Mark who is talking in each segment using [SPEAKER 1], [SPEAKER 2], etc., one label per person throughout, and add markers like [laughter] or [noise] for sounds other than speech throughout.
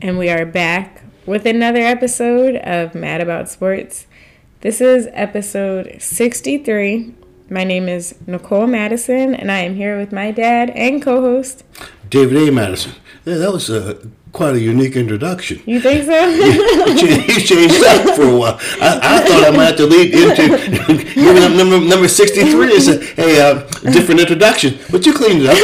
[SPEAKER 1] And we are back with another episode of Mad About Sports. This is episode 63. My name is Nicole Madison, and I am here with my dad and co host.
[SPEAKER 2] David A. Madison. Yeah, that was a, quite a unique introduction.
[SPEAKER 1] You think so? [laughs]
[SPEAKER 2] You changed up for a while. I, I thought I might have to lead into [laughs] giving up number, number 63 as a, a uh, different introduction, but you cleaned it up.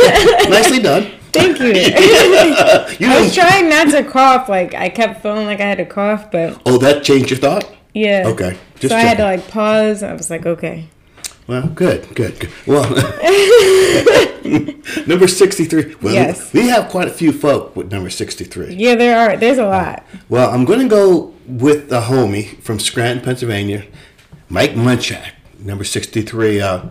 [SPEAKER 2] Nicely done. [laughs]
[SPEAKER 1] Thank you.
[SPEAKER 2] You
[SPEAKER 1] I was
[SPEAKER 2] didn't,
[SPEAKER 1] trying not to cough. Like, I kept feeling like I had to cough, but
[SPEAKER 2] oh, that changed your thought?
[SPEAKER 1] yeah.
[SPEAKER 2] Okay, just
[SPEAKER 1] so I had to,
[SPEAKER 2] checking.
[SPEAKER 1] like, pause. I was like, okay.
[SPEAKER 2] Well, good, good, good. Well, [laughs] number 63. Well,
[SPEAKER 1] Yes.
[SPEAKER 2] we have quite a few folk with number 63.
[SPEAKER 1] Yeah, there are. There's a lot.
[SPEAKER 2] Well, I'm going to go with the homie from Scranton, Pennsylvania, Mike Munchak, number 63. Uh,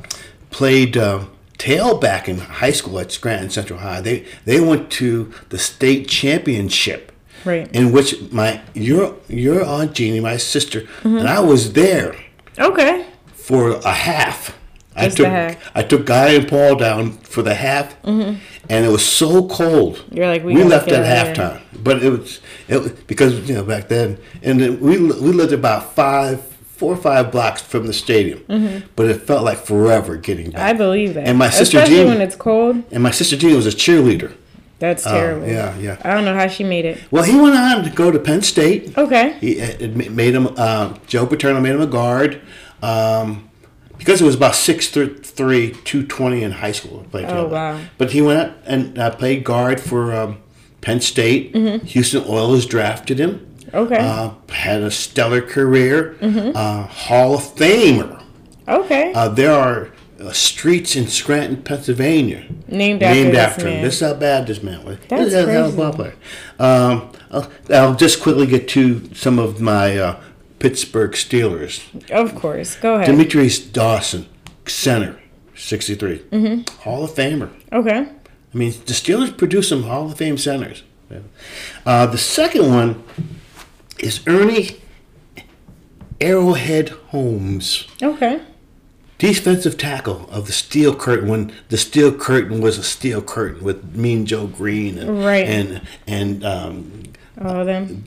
[SPEAKER 2] played uh, tailback in high school at Scranton Central High. They they went to the state championship,
[SPEAKER 1] Right.
[SPEAKER 2] in which my your your aunt Jeannie, my sister, and I was there Oh.
[SPEAKER 1] Okay.
[SPEAKER 2] for a half. I
[SPEAKER 1] Just the
[SPEAKER 2] took
[SPEAKER 1] half. Mm-hmm.
[SPEAKER 2] I took Guy and Paul down for the half, and it was so cold.
[SPEAKER 1] You're like, we
[SPEAKER 2] we,
[SPEAKER 1] gotta
[SPEAKER 2] left
[SPEAKER 1] get
[SPEAKER 2] at
[SPEAKER 1] out of
[SPEAKER 2] halftime, but it was it was- because you know back then, and then we li- we lived about five, four or five blocks from the stadium, but it felt like forever getting back.
[SPEAKER 1] Mm-hmm. I believe that.
[SPEAKER 2] And my sister
[SPEAKER 1] Especially
[SPEAKER 2] Jean,
[SPEAKER 1] when it's cold.
[SPEAKER 2] and my sister Jean was a cheerleader.
[SPEAKER 1] That's terrible.
[SPEAKER 2] Uh, yeah, yeah.
[SPEAKER 1] I don't know how she made it.
[SPEAKER 2] Well, he went on to go to Penn State.
[SPEAKER 1] Okay.
[SPEAKER 2] He uh, it ma- made him uh, Joe Paterno made him a guard um, because it was about 6'3", 220 in high school. Played
[SPEAKER 1] Oh,
[SPEAKER 2] tailback.
[SPEAKER 1] wow.
[SPEAKER 2] But he went out and uh, played guard for um, Penn State.
[SPEAKER 1] Mm-hmm.
[SPEAKER 2] Houston Oilers drafted him.
[SPEAKER 1] Okay.
[SPEAKER 2] Uh, had a stellar career.
[SPEAKER 1] Mm-hmm.
[SPEAKER 2] Uh, Hall of Famer.
[SPEAKER 1] okay.
[SPEAKER 2] Uh, there are uh, streets in Scranton, Pennsylvania
[SPEAKER 1] named after
[SPEAKER 2] named
[SPEAKER 1] this
[SPEAKER 2] after
[SPEAKER 1] man.
[SPEAKER 2] him. This is how bad this man was.
[SPEAKER 1] That's
[SPEAKER 2] This is how- how
[SPEAKER 1] crazy.
[SPEAKER 2] bad player. Um, I'll, I'll just quickly get to some of my uh, Pittsburgh Steelers.
[SPEAKER 1] of course. Go ahead.
[SPEAKER 2] Demetrius Dawson, center, 63.
[SPEAKER 1] Mm-hmm.
[SPEAKER 2] Hall of Famer.
[SPEAKER 1] okay.
[SPEAKER 2] I mean, the Steelers produce some Hall of Fame centers. Uh, the second one is Ernie Arrowhead Holmes
[SPEAKER 1] Okay.
[SPEAKER 2] defensive tackle of the steel curtain when the steel curtain was a steel curtain with Mean Joe Green and
[SPEAKER 1] Right.
[SPEAKER 2] and and um,
[SPEAKER 1] All of them.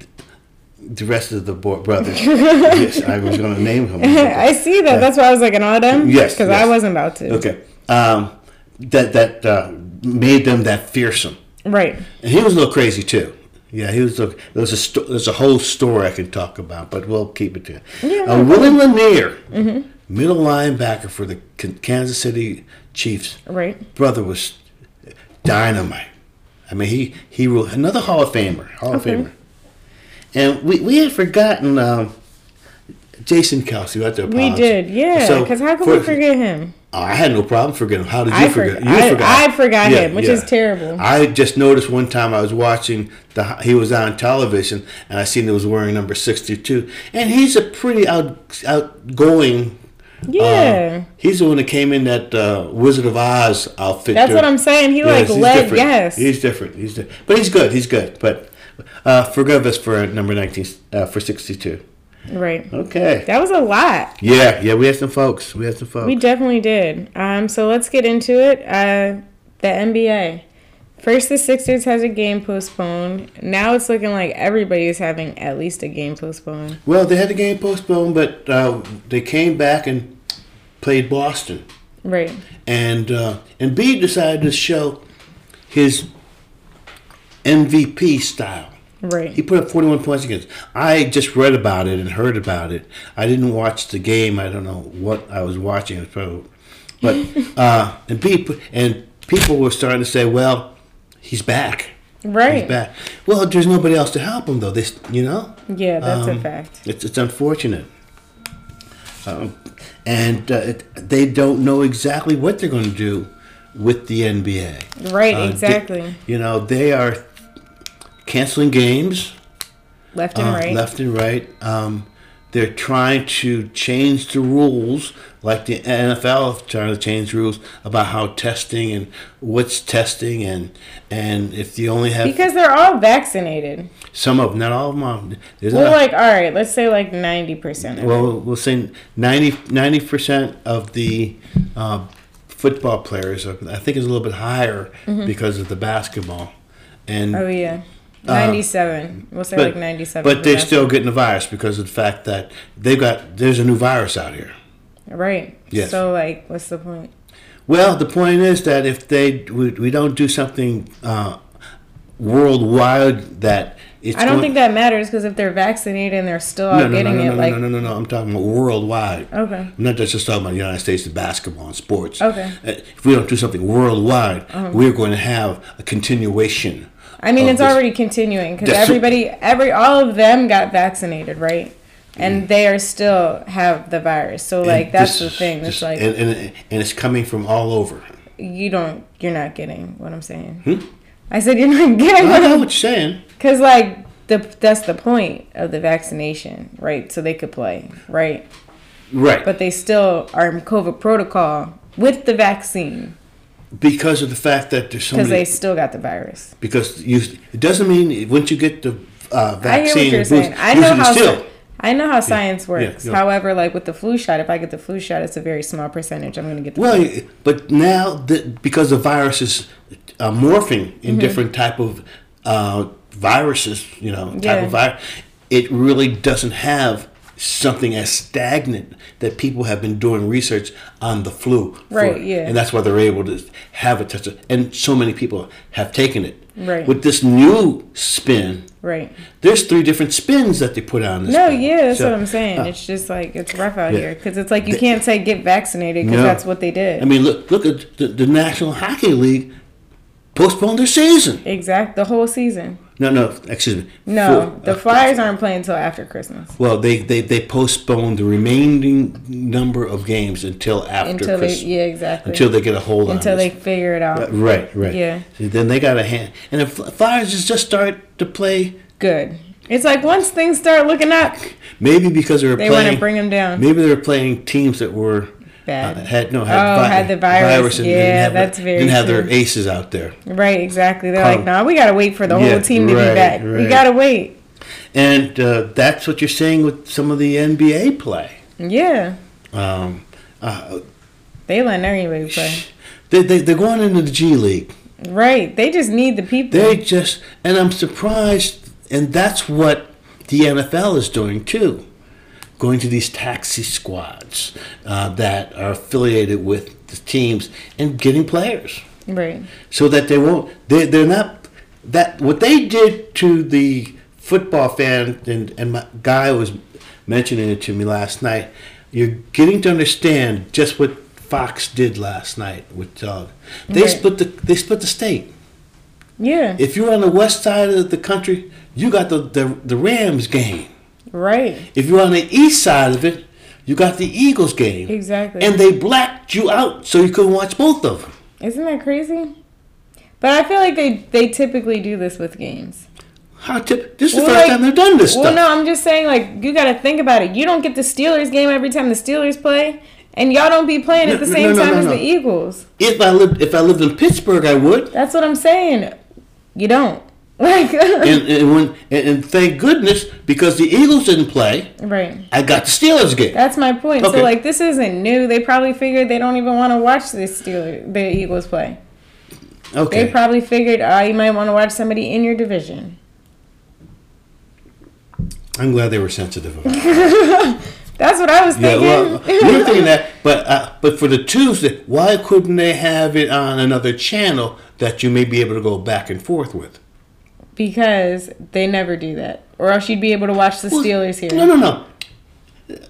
[SPEAKER 2] the rest of the bo- brothers. yes, I was going to name
[SPEAKER 1] [laughs]
[SPEAKER 2] him.
[SPEAKER 1] I see that. That's why I was like, and all of them?
[SPEAKER 2] Yes,
[SPEAKER 1] Because I
[SPEAKER 2] yes.
[SPEAKER 1] wasn't about to.
[SPEAKER 2] Okay, um, that that uh, made them that fearsome.
[SPEAKER 1] Right.
[SPEAKER 2] And he was a little crazy too. Yeah, he was. A, there's a sto- there's a whole story I can talk about, but we'll keep it to. uh, Willie Lanier, middle linebacker for the K- Kansas City Chiefs.
[SPEAKER 1] Right.
[SPEAKER 2] brother was dynamite. I mean, he he ruled another Hall of Famer, Hall
[SPEAKER 1] Okay.
[SPEAKER 2] of Famer. And we, we had forgotten um, Jason Kelsey. We, had to
[SPEAKER 1] We
[SPEAKER 2] apologize.
[SPEAKER 1] did. Yeah.
[SPEAKER 2] Uh, So,
[SPEAKER 1] Because how could
[SPEAKER 2] for-
[SPEAKER 1] we forget him?
[SPEAKER 2] Oh, I had no problem forgetting him. How did you
[SPEAKER 1] I
[SPEAKER 2] forget?
[SPEAKER 1] forg-
[SPEAKER 2] you
[SPEAKER 1] I- I forgot him, which is terrible.
[SPEAKER 2] I just noticed one time I was watching the he was on television and I seen he was wearing number sixty two, and he's a pretty out outgoing. Uh,
[SPEAKER 1] Yeah.
[SPEAKER 2] He's the one that came in that uh, Wizard of Oz outfit.
[SPEAKER 1] That's
[SPEAKER 2] during-
[SPEAKER 1] what I'm saying. He like
[SPEAKER 2] he's
[SPEAKER 1] led.
[SPEAKER 2] different.
[SPEAKER 1] Yes.
[SPEAKER 2] he's different. He's di- but he's good. He's good. But uh, forgive us for number nineteen uh, for sixty-two.
[SPEAKER 1] right.
[SPEAKER 2] Okay.
[SPEAKER 1] That was a lot.
[SPEAKER 2] yeah, yeah. We had some folks. We had some folks.
[SPEAKER 1] We definitely did. Um, so let's get into it. Uh, the NBA. First, the Sixers has a game postponed. Now it's looking like everybody's having at least a game postponed.
[SPEAKER 2] well, they had the game postponed, but uh, they came back and played Boston,
[SPEAKER 1] Right.
[SPEAKER 2] and uh, Embiid decided to show his MVP style. He
[SPEAKER 1] Right.
[SPEAKER 2] put up 41 points against. I just read about it and heard about it. I didn't watch the game. I don't know what I was watching. It was probably,
[SPEAKER 1] [laughs]
[SPEAKER 2] but uh, and people and people were starting to say, "Well, he's back. He's
[SPEAKER 1] Right.
[SPEAKER 2] back." Well, there's nobody else to help him though. This, you know,
[SPEAKER 1] Yeah, that's a
[SPEAKER 2] Um,
[SPEAKER 1] fact.
[SPEAKER 2] it's it's unfortunate. Um, and uh, it, they don't know exactly what they're going to do with the NBA.
[SPEAKER 1] Right,
[SPEAKER 2] Uh, di-
[SPEAKER 1] exactly.
[SPEAKER 2] you know, they are canceling games
[SPEAKER 1] left and
[SPEAKER 2] uh,
[SPEAKER 1] right.
[SPEAKER 2] left and right. Um, they're trying to change the rules, like the NFL is trying to change rules about how testing and what's testing and and if you only have
[SPEAKER 1] Because they're all vaccinated.
[SPEAKER 2] some of 'em, not all of them. Are, there's
[SPEAKER 1] Well,
[SPEAKER 2] not-
[SPEAKER 1] like, all right, let's say like 90%. Well,
[SPEAKER 2] well, we'll say 90 percent of the uh, football
[SPEAKER 1] Mm-hmm.
[SPEAKER 2] players. Are, I think is a little bit higher because of the basketball, and
[SPEAKER 1] oh, yeah. 97. we'll say
[SPEAKER 2] uh, But,
[SPEAKER 1] like 97.
[SPEAKER 2] but they're
[SPEAKER 1] yeah.
[SPEAKER 2] still getting the virus because of the fact that they've got there's a new virus out here.
[SPEAKER 1] Right.
[SPEAKER 2] Yes.
[SPEAKER 1] So, like, what's the point?
[SPEAKER 2] Well, the point is that if they we, we don't do something uh, worldwide, that it's
[SPEAKER 1] I don't
[SPEAKER 2] going-
[SPEAKER 1] think that matters because if they're vaccinated and they're still out
[SPEAKER 2] no, no,
[SPEAKER 1] getting
[SPEAKER 2] no, no,
[SPEAKER 1] it,
[SPEAKER 2] no,
[SPEAKER 1] like,
[SPEAKER 2] no, no, no, no, I'm talking about worldwide.
[SPEAKER 1] Okay.
[SPEAKER 2] I'm not just just talking about the United States, the basketball and sports.
[SPEAKER 1] Okay. Uh-huh.
[SPEAKER 2] Uh, If we don't do something worldwide, we're going to have a continuation.
[SPEAKER 1] I mean,
[SPEAKER 2] of
[SPEAKER 1] it's
[SPEAKER 2] this-
[SPEAKER 1] already continuing because
[SPEAKER 2] That's true.
[SPEAKER 1] everybody, every all of them got vaccinated, right? And they are still have the virus. So,
[SPEAKER 2] Mm. and
[SPEAKER 1] like, that's
[SPEAKER 2] this
[SPEAKER 1] the
[SPEAKER 2] is
[SPEAKER 1] thing. It's
[SPEAKER 2] just-
[SPEAKER 1] like
[SPEAKER 2] and, and and it's coming from all over.
[SPEAKER 1] you don't, you're not getting what I'm saying. I said you're not getting [laughs]
[SPEAKER 2] I
[SPEAKER 1] what
[SPEAKER 2] know
[SPEAKER 1] I'm
[SPEAKER 2] Hmm? what you're saying.
[SPEAKER 1] Because, like, the, that's the point of the vaccination, right? So they could play, right?
[SPEAKER 2] Right.
[SPEAKER 1] But they still are in COVID protocol with the vaccine
[SPEAKER 2] because of the fact that there's so
[SPEAKER 1] because
[SPEAKER 2] many
[SPEAKER 1] they still got the virus.
[SPEAKER 2] because you it doesn't mean once you get the uh,
[SPEAKER 1] I hear
[SPEAKER 2] vaccine
[SPEAKER 1] what you're
[SPEAKER 2] and
[SPEAKER 1] saying.
[SPEAKER 2] boost-
[SPEAKER 1] I know
[SPEAKER 2] boost it
[SPEAKER 1] how
[SPEAKER 2] still.
[SPEAKER 1] sci- I know how science works.
[SPEAKER 2] yeah.
[SPEAKER 1] However, like with the flu shot, if I get the flu shot, it's a very small percentage. I'm going to get the
[SPEAKER 2] well,
[SPEAKER 1] flu.
[SPEAKER 2] you- but now that because the virus is uh, morphing
[SPEAKER 1] Mm-hmm.
[SPEAKER 2] in different type of uh, viruses, you know, type
[SPEAKER 1] Yeah.
[SPEAKER 2] of virus, it really doesn't have something as stagnant that people have been doing research on the flu for.
[SPEAKER 1] Right, yeah.
[SPEAKER 2] and that's why they're able to have it such a- and so many people have taken it
[SPEAKER 1] Right.
[SPEAKER 2] with this new spin
[SPEAKER 1] Right.
[SPEAKER 2] there's three different spins that they put on this.
[SPEAKER 1] No,
[SPEAKER 2] thing.
[SPEAKER 1] yeah, that's
[SPEAKER 2] So,
[SPEAKER 1] what I'm saying.
[SPEAKER 2] uh,
[SPEAKER 1] It's just like, it's rough out
[SPEAKER 2] Yeah.
[SPEAKER 1] here. 'Cause here because it's like you can't say get vaccinated because
[SPEAKER 2] No.
[SPEAKER 1] that's what they did.
[SPEAKER 2] I mean, look, look at the, the National Hockey League postponed their season.
[SPEAKER 1] exact the whole season.
[SPEAKER 2] No, no, excuse me.
[SPEAKER 1] No,
[SPEAKER 2] Four-
[SPEAKER 1] the
[SPEAKER 2] uh,
[SPEAKER 1] Flyers aren't playing until after Christmas.
[SPEAKER 2] Well, they, they they postponed the remaining number of games until after
[SPEAKER 1] Until they,
[SPEAKER 2] Christmas.
[SPEAKER 1] yeah, exactly.
[SPEAKER 2] Until they get a hold on.
[SPEAKER 1] Until they
[SPEAKER 2] this.
[SPEAKER 1] figure it out.
[SPEAKER 2] Right, right.
[SPEAKER 1] Yeah.
[SPEAKER 2] So then they got a hand, and the Fl- Flyers just just start to play.
[SPEAKER 1] Good. It's like once things start looking up,
[SPEAKER 2] Maybe because they were
[SPEAKER 1] they want
[SPEAKER 2] playing.
[SPEAKER 1] to bring them down.
[SPEAKER 2] maybe they were playing teams that were
[SPEAKER 1] Bad.
[SPEAKER 2] uh, had no had,
[SPEAKER 1] Oh, had the virus. Yeah, that's very
[SPEAKER 2] didn't have their
[SPEAKER 1] true.
[SPEAKER 2] aces out there.
[SPEAKER 1] Right, exactly. They're like,
[SPEAKER 2] Come.
[SPEAKER 1] nah, we gotta wait for the
[SPEAKER 2] Yeah,
[SPEAKER 1] whole team to be
[SPEAKER 2] right,
[SPEAKER 1] back. We
[SPEAKER 2] right.
[SPEAKER 1] gotta wait.
[SPEAKER 2] And uh, that's what you're seeing with some of the NBA play.
[SPEAKER 1] Yeah,
[SPEAKER 2] Um, uh,
[SPEAKER 1] they let everybody play.
[SPEAKER 2] they, they, they're going into the G League.
[SPEAKER 1] Right, they just need the people.
[SPEAKER 2] They just, and I'm surprised, and that's what the NFL is doing too. Going to these taxi squads uh, that are affiliated with the teams and getting players
[SPEAKER 1] right,
[SPEAKER 2] so that they won't, they, they're not, that what they did to the football fan, and, and my guy was mentioning it to me last night, you're getting to understand just what Fox did last night with Doug. They
[SPEAKER 1] Right.
[SPEAKER 2] split the they split the state.
[SPEAKER 1] yeah,
[SPEAKER 2] If you're on the west side of the country, you got the, the, the Rams game.
[SPEAKER 1] right,
[SPEAKER 2] If you're on the east side of it, you got the Eagles game.
[SPEAKER 1] exactly.
[SPEAKER 2] And they blacked you out so you couldn't watch both of them.
[SPEAKER 1] Isn't that crazy? But I feel like they they typically do this with games.
[SPEAKER 2] How tip, this is the
[SPEAKER 1] Well,
[SPEAKER 2] first
[SPEAKER 1] like-
[SPEAKER 2] time they've done this
[SPEAKER 1] Well,
[SPEAKER 2] stuff.
[SPEAKER 1] no, I'm just saying like you gotta think about it. You don't get the Steelers game every time the Steelers play, and y'all don't be playing
[SPEAKER 2] No,
[SPEAKER 1] at the
[SPEAKER 2] no,
[SPEAKER 1] same
[SPEAKER 2] no, no,
[SPEAKER 1] time
[SPEAKER 2] no,
[SPEAKER 1] as
[SPEAKER 2] no.
[SPEAKER 1] the Eagles.
[SPEAKER 2] If I lived if I lived in Pittsburgh, I would.
[SPEAKER 1] That's what I'm saying. You don't [laughs] like
[SPEAKER 2] And, and when and, and thank goodness because the Eagles didn't play,
[SPEAKER 1] [laughs] right.
[SPEAKER 2] I got the Steelers game.
[SPEAKER 1] That's my point. So
[SPEAKER 2] Okay.
[SPEAKER 1] like this isn't new. They probably figured they don't even want to watch the Steelers, the Eagles play. They
[SPEAKER 2] Okay.
[SPEAKER 1] probably figured uh, you might want to watch somebody in your division.
[SPEAKER 2] I'm glad they were sensitive about it.
[SPEAKER 1] That's what I was
[SPEAKER 2] Yeah,
[SPEAKER 1] thinking.
[SPEAKER 2] well, [laughs] we were thinking that, but uh, but for the Tuesday, why couldn't they have it on another channel that you may be able to go back and forth with?
[SPEAKER 1] [laughs] because they never do that, or else you'd be able to watch the Steelers here.
[SPEAKER 2] No, no, no.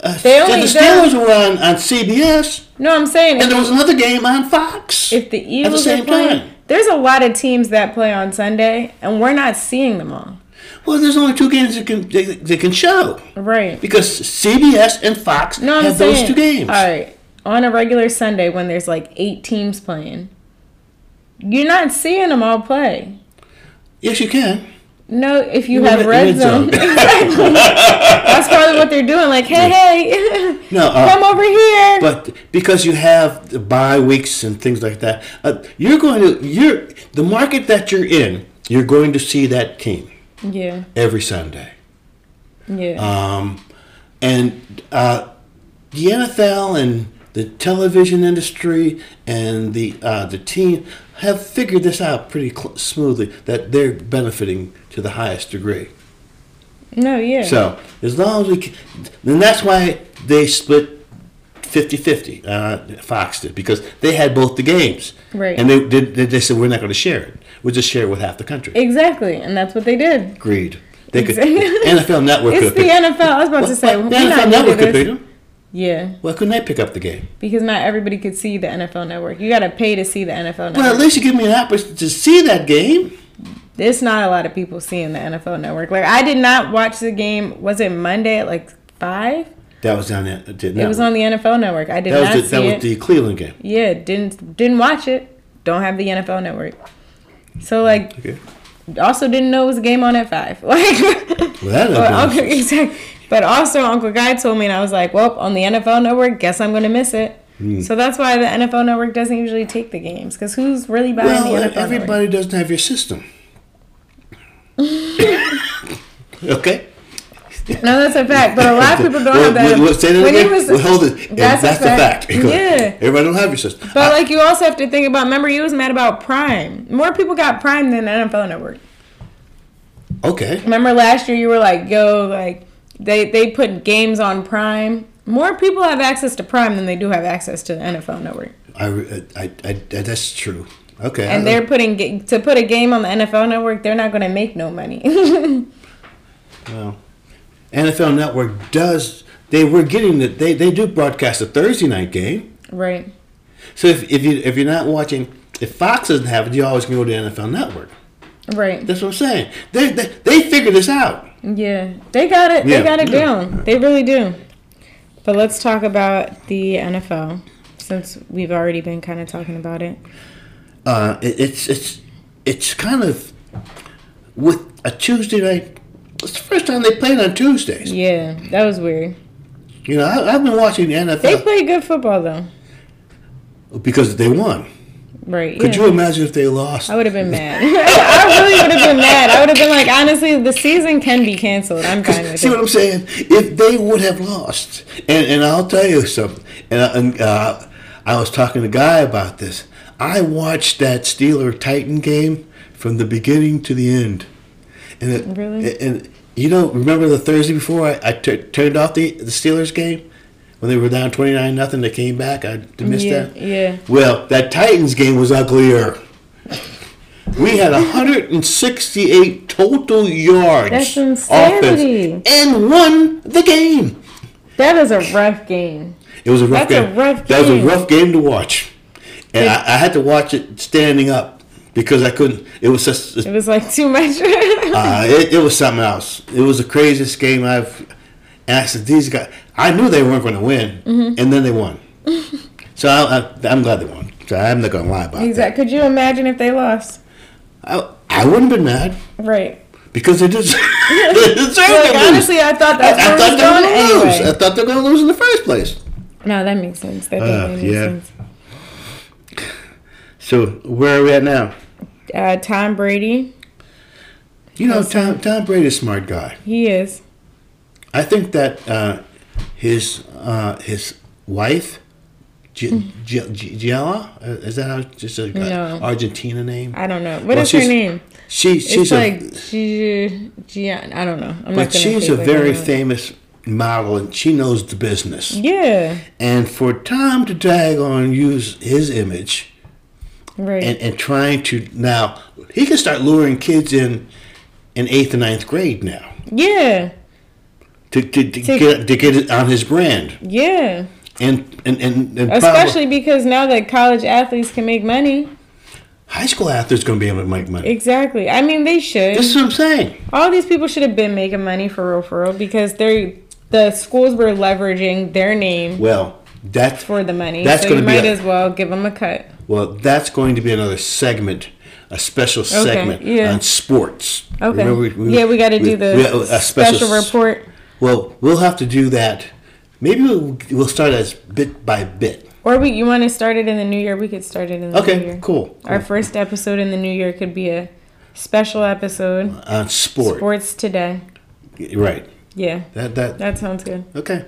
[SPEAKER 2] Uh,
[SPEAKER 1] They
[SPEAKER 2] yeah,
[SPEAKER 1] only-
[SPEAKER 2] the
[SPEAKER 1] they
[SPEAKER 2] Steelers were on, on CBS,
[SPEAKER 1] No, I'm saying
[SPEAKER 2] and there
[SPEAKER 1] if,
[SPEAKER 2] was another game on Fox.
[SPEAKER 1] if the Eagles
[SPEAKER 2] same
[SPEAKER 1] are playing,
[SPEAKER 2] time.
[SPEAKER 1] there's a lot of teams that play on Sunday, and we're not seeing them all.
[SPEAKER 2] well, there's only two games that can they, they can show
[SPEAKER 1] Right?
[SPEAKER 2] because CBS and Fox
[SPEAKER 1] No, I'm
[SPEAKER 2] have
[SPEAKER 1] saying
[SPEAKER 2] those two games.
[SPEAKER 1] All right, on a regular Sunday when there's like eight teams playing, you're not seeing them all play.
[SPEAKER 2] Yes, you can.
[SPEAKER 1] No, if you
[SPEAKER 2] You
[SPEAKER 1] have
[SPEAKER 2] want a
[SPEAKER 1] red
[SPEAKER 2] red
[SPEAKER 1] zone. [laughs]
[SPEAKER 2] zone. [laughs]
[SPEAKER 1] exactly. That's probably what they're doing. Like, hey, hey, [laughs]
[SPEAKER 2] No, uh,
[SPEAKER 1] come over here.
[SPEAKER 2] But because you have the bye weeks and things like that, uh, you're going to you're the market that you're in. You're going to see that team
[SPEAKER 1] yeah,
[SPEAKER 2] every Sunday,
[SPEAKER 1] yeah,
[SPEAKER 2] uh, um, and uh, the NFL and the television industry and the uh, the team have figured this out pretty cl- smoothly that they're benefiting to the highest degree.
[SPEAKER 1] No, yeah.
[SPEAKER 2] So as long as we, can, and that's why they split 50-50. Uh, Fox did because they had both the games,
[SPEAKER 1] Right.
[SPEAKER 2] And they did. They, they said we're not going to share it. We'll just share it with half the country.
[SPEAKER 1] exactly. And that's what they did.
[SPEAKER 2] Agreed. They could. [laughs]
[SPEAKER 1] Exactly.
[SPEAKER 2] NFL Network
[SPEAKER 1] It's
[SPEAKER 2] could
[SPEAKER 1] the
[SPEAKER 2] pick.
[SPEAKER 1] NFL. I was about to say,
[SPEAKER 2] Well,
[SPEAKER 1] we're
[SPEAKER 2] the
[SPEAKER 1] not gonna do
[SPEAKER 2] NFL Network
[SPEAKER 1] this.
[SPEAKER 2] could pick them.
[SPEAKER 1] Yeah,
[SPEAKER 2] Why couldn't they pick up the game?
[SPEAKER 1] because not everybody could see the NFL Network. You got to pay to see the NFL Network.
[SPEAKER 2] Well, at least you give me an opportunity to see that game.
[SPEAKER 1] There's not a lot of people seeing the NFL Network. Like I did not watch the game. Was it Monday at like five?
[SPEAKER 2] That was on the. Did
[SPEAKER 1] It was on the NFL Network. I did
[SPEAKER 2] That
[SPEAKER 1] not
[SPEAKER 2] was the,
[SPEAKER 1] see
[SPEAKER 2] that
[SPEAKER 1] it.
[SPEAKER 2] was the Cleveland game.
[SPEAKER 1] yeah, didn't didn't watch it. Don't have the NFL Network. So like,
[SPEAKER 2] Okay.
[SPEAKER 1] also didn't know it was a game on at five. [laughs] Like.
[SPEAKER 2] Well, that
[SPEAKER 1] But
[SPEAKER 2] well,
[SPEAKER 1] Uncle, exactly. But also, Uncle Guy told me, and I was like, "Well, on the NFL Network, guess I'm going to miss it."
[SPEAKER 2] Hmm.
[SPEAKER 1] So that's why the NFL Network doesn't usually take the games because who's really buying the
[SPEAKER 2] well e-
[SPEAKER 1] NFL Network?
[SPEAKER 2] everybody doesn't have your [laughs] system. okay.
[SPEAKER 1] No, that's a fact. But a
[SPEAKER 2] [laughs]
[SPEAKER 1] lot of people don't
[SPEAKER 2] Well,
[SPEAKER 1] have that.
[SPEAKER 2] well, say that
[SPEAKER 1] When
[SPEAKER 2] again.
[SPEAKER 1] it was-
[SPEAKER 2] Well, hold it. And
[SPEAKER 1] that's
[SPEAKER 2] That's,
[SPEAKER 1] a
[SPEAKER 2] the fact. [laughs]
[SPEAKER 1] fact. Yeah.
[SPEAKER 2] Everybody don't have your system.
[SPEAKER 1] but like, you also have to think about. Remember, you was mad about Prime. More people got Prime than NFL Network.
[SPEAKER 2] okay.
[SPEAKER 1] Remember last year, you were like, "Yo, like they they put games on Prime." More people have access to Prime than they do have access to the NFL Network.
[SPEAKER 2] I, I, I, I, that's true. Okay.
[SPEAKER 1] and they're putting ga- to put a game on the NFL Network. They're not going to make no money. [laughs]
[SPEAKER 2] Well, NFL Network does. They were getting that. They, they do broadcast a Thursday night game.
[SPEAKER 1] right.
[SPEAKER 2] So if, if you if you're not watching, if Fox doesn't have it, you always can go to NFL Network.
[SPEAKER 1] Right.
[SPEAKER 2] That's what I'm saying. They they, they figured this out.
[SPEAKER 1] Yeah. They got it.
[SPEAKER 2] Yeah.
[SPEAKER 1] They got it
[SPEAKER 2] Yeah.
[SPEAKER 1] down. They really do. But let's talk about the NFL since we've already been kind of talking about it.
[SPEAKER 2] Uh, it, it's it's it's kind of with a Tuesday night. It's the first time they played on Tuesdays.
[SPEAKER 1] Yeah, that was weird.
[SPEAKER 2] You know, I, I've been watching the
[SPEAKER 1] They
[SPEAKER 2] NFL
[SPEAKER 1] played good football though.
[SPEAKER 2] because they won.
[SPEAKER 1] Right.
[SPEAKER 2] Could
[SPEAKER 1] yeah.
[SPEAKER 2] you imagine if they lost?
[SPEAKER 1] I would have been mad. [laughs] I really would have been mad. I would have been like, honestly, the season can be canceled. I'm fine with
[SPEAKER 2] [laughs] See what
[SPEAKER 1] it.
[SPEAKER 2] I'm saying? If they would have lost, and, and I'll tell you something, and, I- and uh, I was talking to Guy about this. I watched that Steeler Titan game from the beginning to the end, and it,
[SPEAKER 1] Really?
[SPEAKER 2] and you know, remember the Thursday before I, I tur- turned off the the Steelers game when they were down twenty nine nothing. They came back. I missed
[SPEAKER 1] Yeah,
[SPEAKER 2] that.
[SPEAKER 1] yeah.
[SPEAKER 2] Well, that Titans game was uglier. We had 168 total yards.
[SPEAKER 1] That's
[SPEAKER 2] offense,
[SPEAKER 1] insanity.
[SPEAKER 2] and won the game.
[SPEAKER 1] That is a rough game.
[SPEAKER 2] It was a rough
[SPEAKER 1] That's a
[SPEAKER 2] game.
[SPEAKER 1] rough
[SPEAKER 2] That was a
[SPEAKER 1] game.
[SPEAKER 2] rough game to watch. And I, I had to watch it standing up because I couldn't. It was just.
[SPEAKER 1] It was like too much. [laughs]
[SPEAKER 2] Uh, it, it was something else. It was the craziest game I've. And I said, these guys. I knew they weren't going to win,
[SPEAKER 1] Mm-hmm.
[SPEAKER 2] and then they won.
[SPEAKER 1] [laughs]
[SPEAKER 2] so I, I, I'm glad they won. So I'm not going to lie about it.
[SPEAKER 1] exactly. Could you imagine if they lost?
[SPEAKER 2] I, I wouldn't have been mad.
[SPEAKER 1] Right.
[SPEAKER 2] Because
[SPEAKER 1] [laughs]
[SPEAKER 2] they deserve, [laughs] they
[SPEAKER 1] Like,
[SPEAKER 2] deserve to lose.
[SPEAKER 1] honestly, I thought
[SPEAKER 2] I,
[SPEAKER 1] that's
[SPEAKER 2] I
[SPEAKER 1] where
[SPEAKER 2] thought
[SPEAKER 1] we
[SPEAKER 2] they were going to
[SPEAKER 1] going
[SPEAKER 2] lose. I
[SPEAKER 1] anyway.
[SPEAKER 2] thought they were going to lose in the first place.
[SPEAKER 1] No, that makes sense. That definitely makes
[SPEAKER 2] Ah, yeah.
[SPEAKER 1] sense.
[SPEAKER 2] So where are we at now?
[SPEAKER 1] Uh, Tom Brady,
[SPEAKER 2] You know, Tom, Tom Brady's a smart guy.
[SPEAKER 1] he is.
[SPEAKER 2] I think that uh, his uh, his wife, G- G- G- Giella, uh, is that how just a
[SPEAKER 1] Hmm.
[SPEAKER 2] uh,
[SPEAKER 1] No.
[SPEAKER 2] Argentina name?
[SPEAKER 1] I don't know. What is
[SPEAKER 2] Well,
[SPEAKER 1] her
[SPEAKER 2] she's-
[SPEAKER 1] name?
[SPEAKER 2] She
[SPEAKER 1] It's
[SPEAKER 2] she's
[SPEAKER 1] like
[SPEAKER 2] a
[SPEAKER 1] G- Gian. I don't know. I'm not
[SPEAKER 2] but
[SPEAKER 1] gonna
[SPEAKER 2] she's
[SPEAKER 1] say
[SPEAKER 2] a
[SPEAKER 1] like I
[SPEAKER 2] very
[SPEAKER 1] know.
[SPEAKER 2] famous model and she knows the business.
[SPEAKER 1] Yeah.
[SPEAKER 2] And for Tom to tag on use his image.
[SPEAKER 1] Right.
[SPEAKER 2] and, and trying to now he can start luring kids in in eighth and ninth grade now
[SPEAKER 1] yeah.
[SPEAKER 2] to, to, to get to get it on his brand
[SPEAKER 1] Yeah.
[SPEAKER 2] and and and, and probably
[SPEAKER 1] Especially because now that college athletes can make money.
[SPEAKER 2] high school athletes going to be able to make money.
[SPEAKER 1] Exactly. I mean, they should.
[SPEAKER 2] This is what I'm saying.
[SPEAKER 1] All these people should have been making money for real, for real, because they're the schools were leveraging their name
[SPEAKER 2] Well, that's
[SPEAKER 1] for the money.
[SPEAKER 2] That's
[SPEAKER 1] so
[SPEAKER 2] gonna
[SPEAKER 1] you
[SPEAKER 2] be
[SPEAKER 1] might
[SPEAKER 2] a-
[SPEAKER 1] as well give them a cut.
[SPEAKER 2] well, that's going to be another segment, a special segment
[SPEAKER 1] yeah.
[SPEAKER 2] on sports.
[SPEAKER 1] Okay.
[SPEAKER 2] Remember
[SPEAKER 1] yeah, we got to do
[SPEAKER 2] we-
[SPEAKER 1] the
[SPEAKER 2] a
[SPEAKER 1] special,
[SPEAKER 2] s-
[SPEAKER 1] report,
[SPEAKER 2] Well, we'll have to do that. Maybe we'll, we'll start as bit by bit.
[SPEAKER 1] or we you want to start it in the new year? We could start it in the new
[SPEAKER 2] Okay,
[SPEAKER 1] year.
[SPEAKER 2] cool.
[SPEAKER 1] Our first episode in the new year could be a special episode.
[SPEAKER 2] On sport.
[SPEAKER 1] Sports today.
[SPEAKER 2] Right.
[SPEAKER 1] Yeah,
[SPEAKER 2] That that
[SPEAKER 1] that sounds good.
[SPEAKER 2] Okay.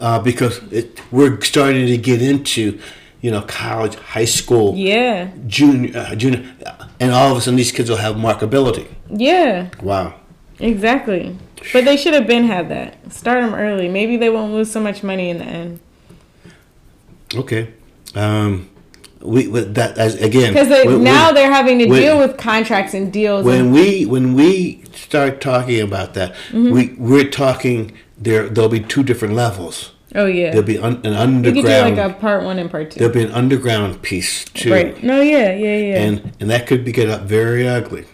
[SPEAKER 2] uh, because it, we're starting to get into, you know, college, high school,
[SPEAKER 1] Yeah.
[SPEAKER 2] junior, uh, junior, and all of a sudden these kids will have markability.
[SPEAKER 1] Yeah.
[SPEAKER 2] Wow.
[SPEAKER 1] Exactly. But they should have been had that. Start them early. Maybe they won't lose so much money in the end.
[SPEAKER 2] Okay. Um, we with that as again
[SPEAKER 1] Because
[SPEAKER 2] we- we-
[SPEAKER 1] now they're having to
[SPEAKER 2] when-
[SPEAKER 1] deal with contracts and deals. and,
[SPEAKER 2] when we when we start talking about that,
[SPEAKER 1] Mm-hmm.
[SPEAKER 2] we we're talking there. There'll be two different levels.
[SPEAKER 1] oh yeah.
[SPEAKER 2] There'll be un, an
[SPEAKER 1] You could do
[SPEAKER 2] underground.
[SPEAKER 1] like a part one and part two.
[SPEAKER 2] there'll be an underground piece too,
[SPEAKER 1] Right. No. Yeah. Yeah. Yeah.
[SPEAKER 2] and and that could be get up very ugly.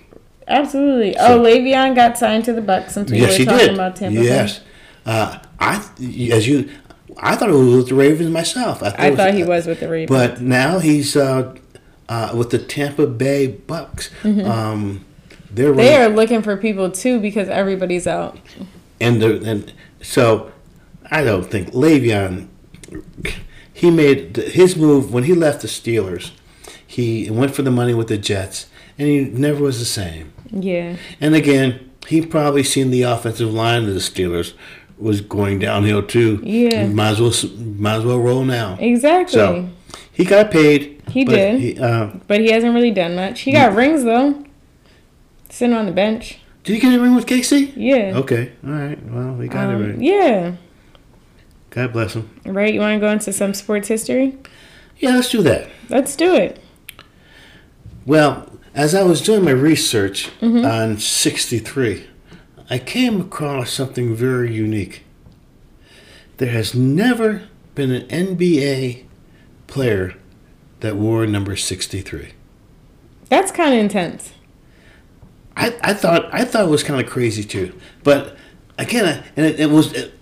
[SPEAKER 1] Absolutely. oh, Le'Veon got signed to the Bucks. Since we
[SPEAKER 2] yes,
[SPEAKER 1] were
[SPEAKER 2] he
[SPEAKER 1] talking
[SPEAKER 2] did.
[SPEAKER 1] about Tampa. Bay.
[SPEAKER 2] yes, uh, I th- as you, I thought it was with the Ravens myself.
[SPEAKER 1] I
[SPEAKER 2] it
[SPEAKER 1] thought he was with the Ravens.
[SPEAKER 2] But now he's uh, uh, with the Tampa Bay Bucks. Um, they're
[SPEAKER 1] Mm-hmm. they
[SPEAKER 2] running-
[SPEAKER 1] are looking for people too because everybody's out.
[SPEAKER 2] and the, and so I don't think Le'Veon he made th- his move when he left the Steelers. He went for the money with the Jets, and he never was the same.
[SPEAKER 1] Yeah.
[SPEAKER 2] And again, he probably seen the offensive line of the Steelers was going downhill too.
[SPEAKER 1] Yeah.
[SPEAKER 2] might as well s- might as well roll now.
[SPEAKER 1] Exactly.
[SPEAKER 2] So he got paid.
[SPEAKER 1] He
[SPEAKER 2] but
[SPEAKER 1] did.
[SPEAKER 2] He, uh,
[SPEAKER 1] But he hasn't really done much. He
[SPEAKER 2] Mm.
[SPEAKER 1] got rings though. Sitting on the bench.
[SPEAKER 2] did he get a ring with KC?
[SPEAKER 1] Yeah.
[SPEAKER 2] Okay, all right. Well, we got it
[SPEAKER 1] Um,
[SPEAKER 2] right.
[SPEAKER 1] yeah.
[SPEAKER 2] God bless him.
[SPEAKER 1] Right. You want to go into some sports history?
[SPEAKER 2] Yeah, let's do that.
[SPEAKER 1] Let's do it.
[SPEAKER 2] Well, as I was doing my research
[SPEAKER 1] Mm-hmm.
[SPEAKER 2] on 63, I came across something very unique. There has never been an NBA player that wore number 63.
[SPEAKER 1] That's kind of intense.
[SPEAKER 2] I, I thought I thought it was kind of crazy too, but again, I- and it, it was it,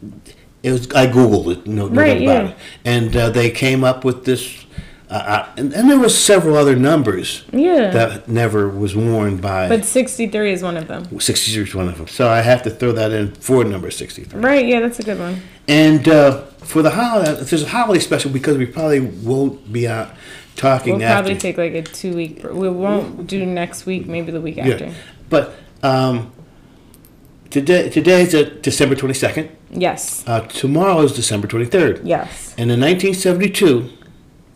[SPEAKER 2] it was I googled it, no, no
[SPEAKER 1] Right,
[SPEAKER 2] doubt about
[SPEAKER 1] yeah.
[SPEAKER 2] it, and uh, they came up with this, uh, uh, and, and there was several other numbers
[SPEAKER 1] Yeah.
[SPEAKER 2] that never was worn by.
[SPEAKER 1] but 63 is one of them.
[SPEAKER 2] 63 is one of them. So I have to throw that in for number 63.
[SPEAKER 1] Right. Yeah. That's a good one.
[SPEAKER 2] And uh, for the holiday, if there's a holiday special, because we probably won't be out talking
[SPEAKER 1] We'll
[SPEAKER 2] after.
[SPEAKER 1] probably take like a two week. We won't do next week. Maybe the week after.
[SPEAKER 2] yeah. But um, today today is uh, December 22nd.
[SPEAKER 1] Yes.
[SPEAKER 2] Uh, tomorrow is December 23rd.
[SPEAKER 1] Yes.
[SPEAKER 2] And in 1972,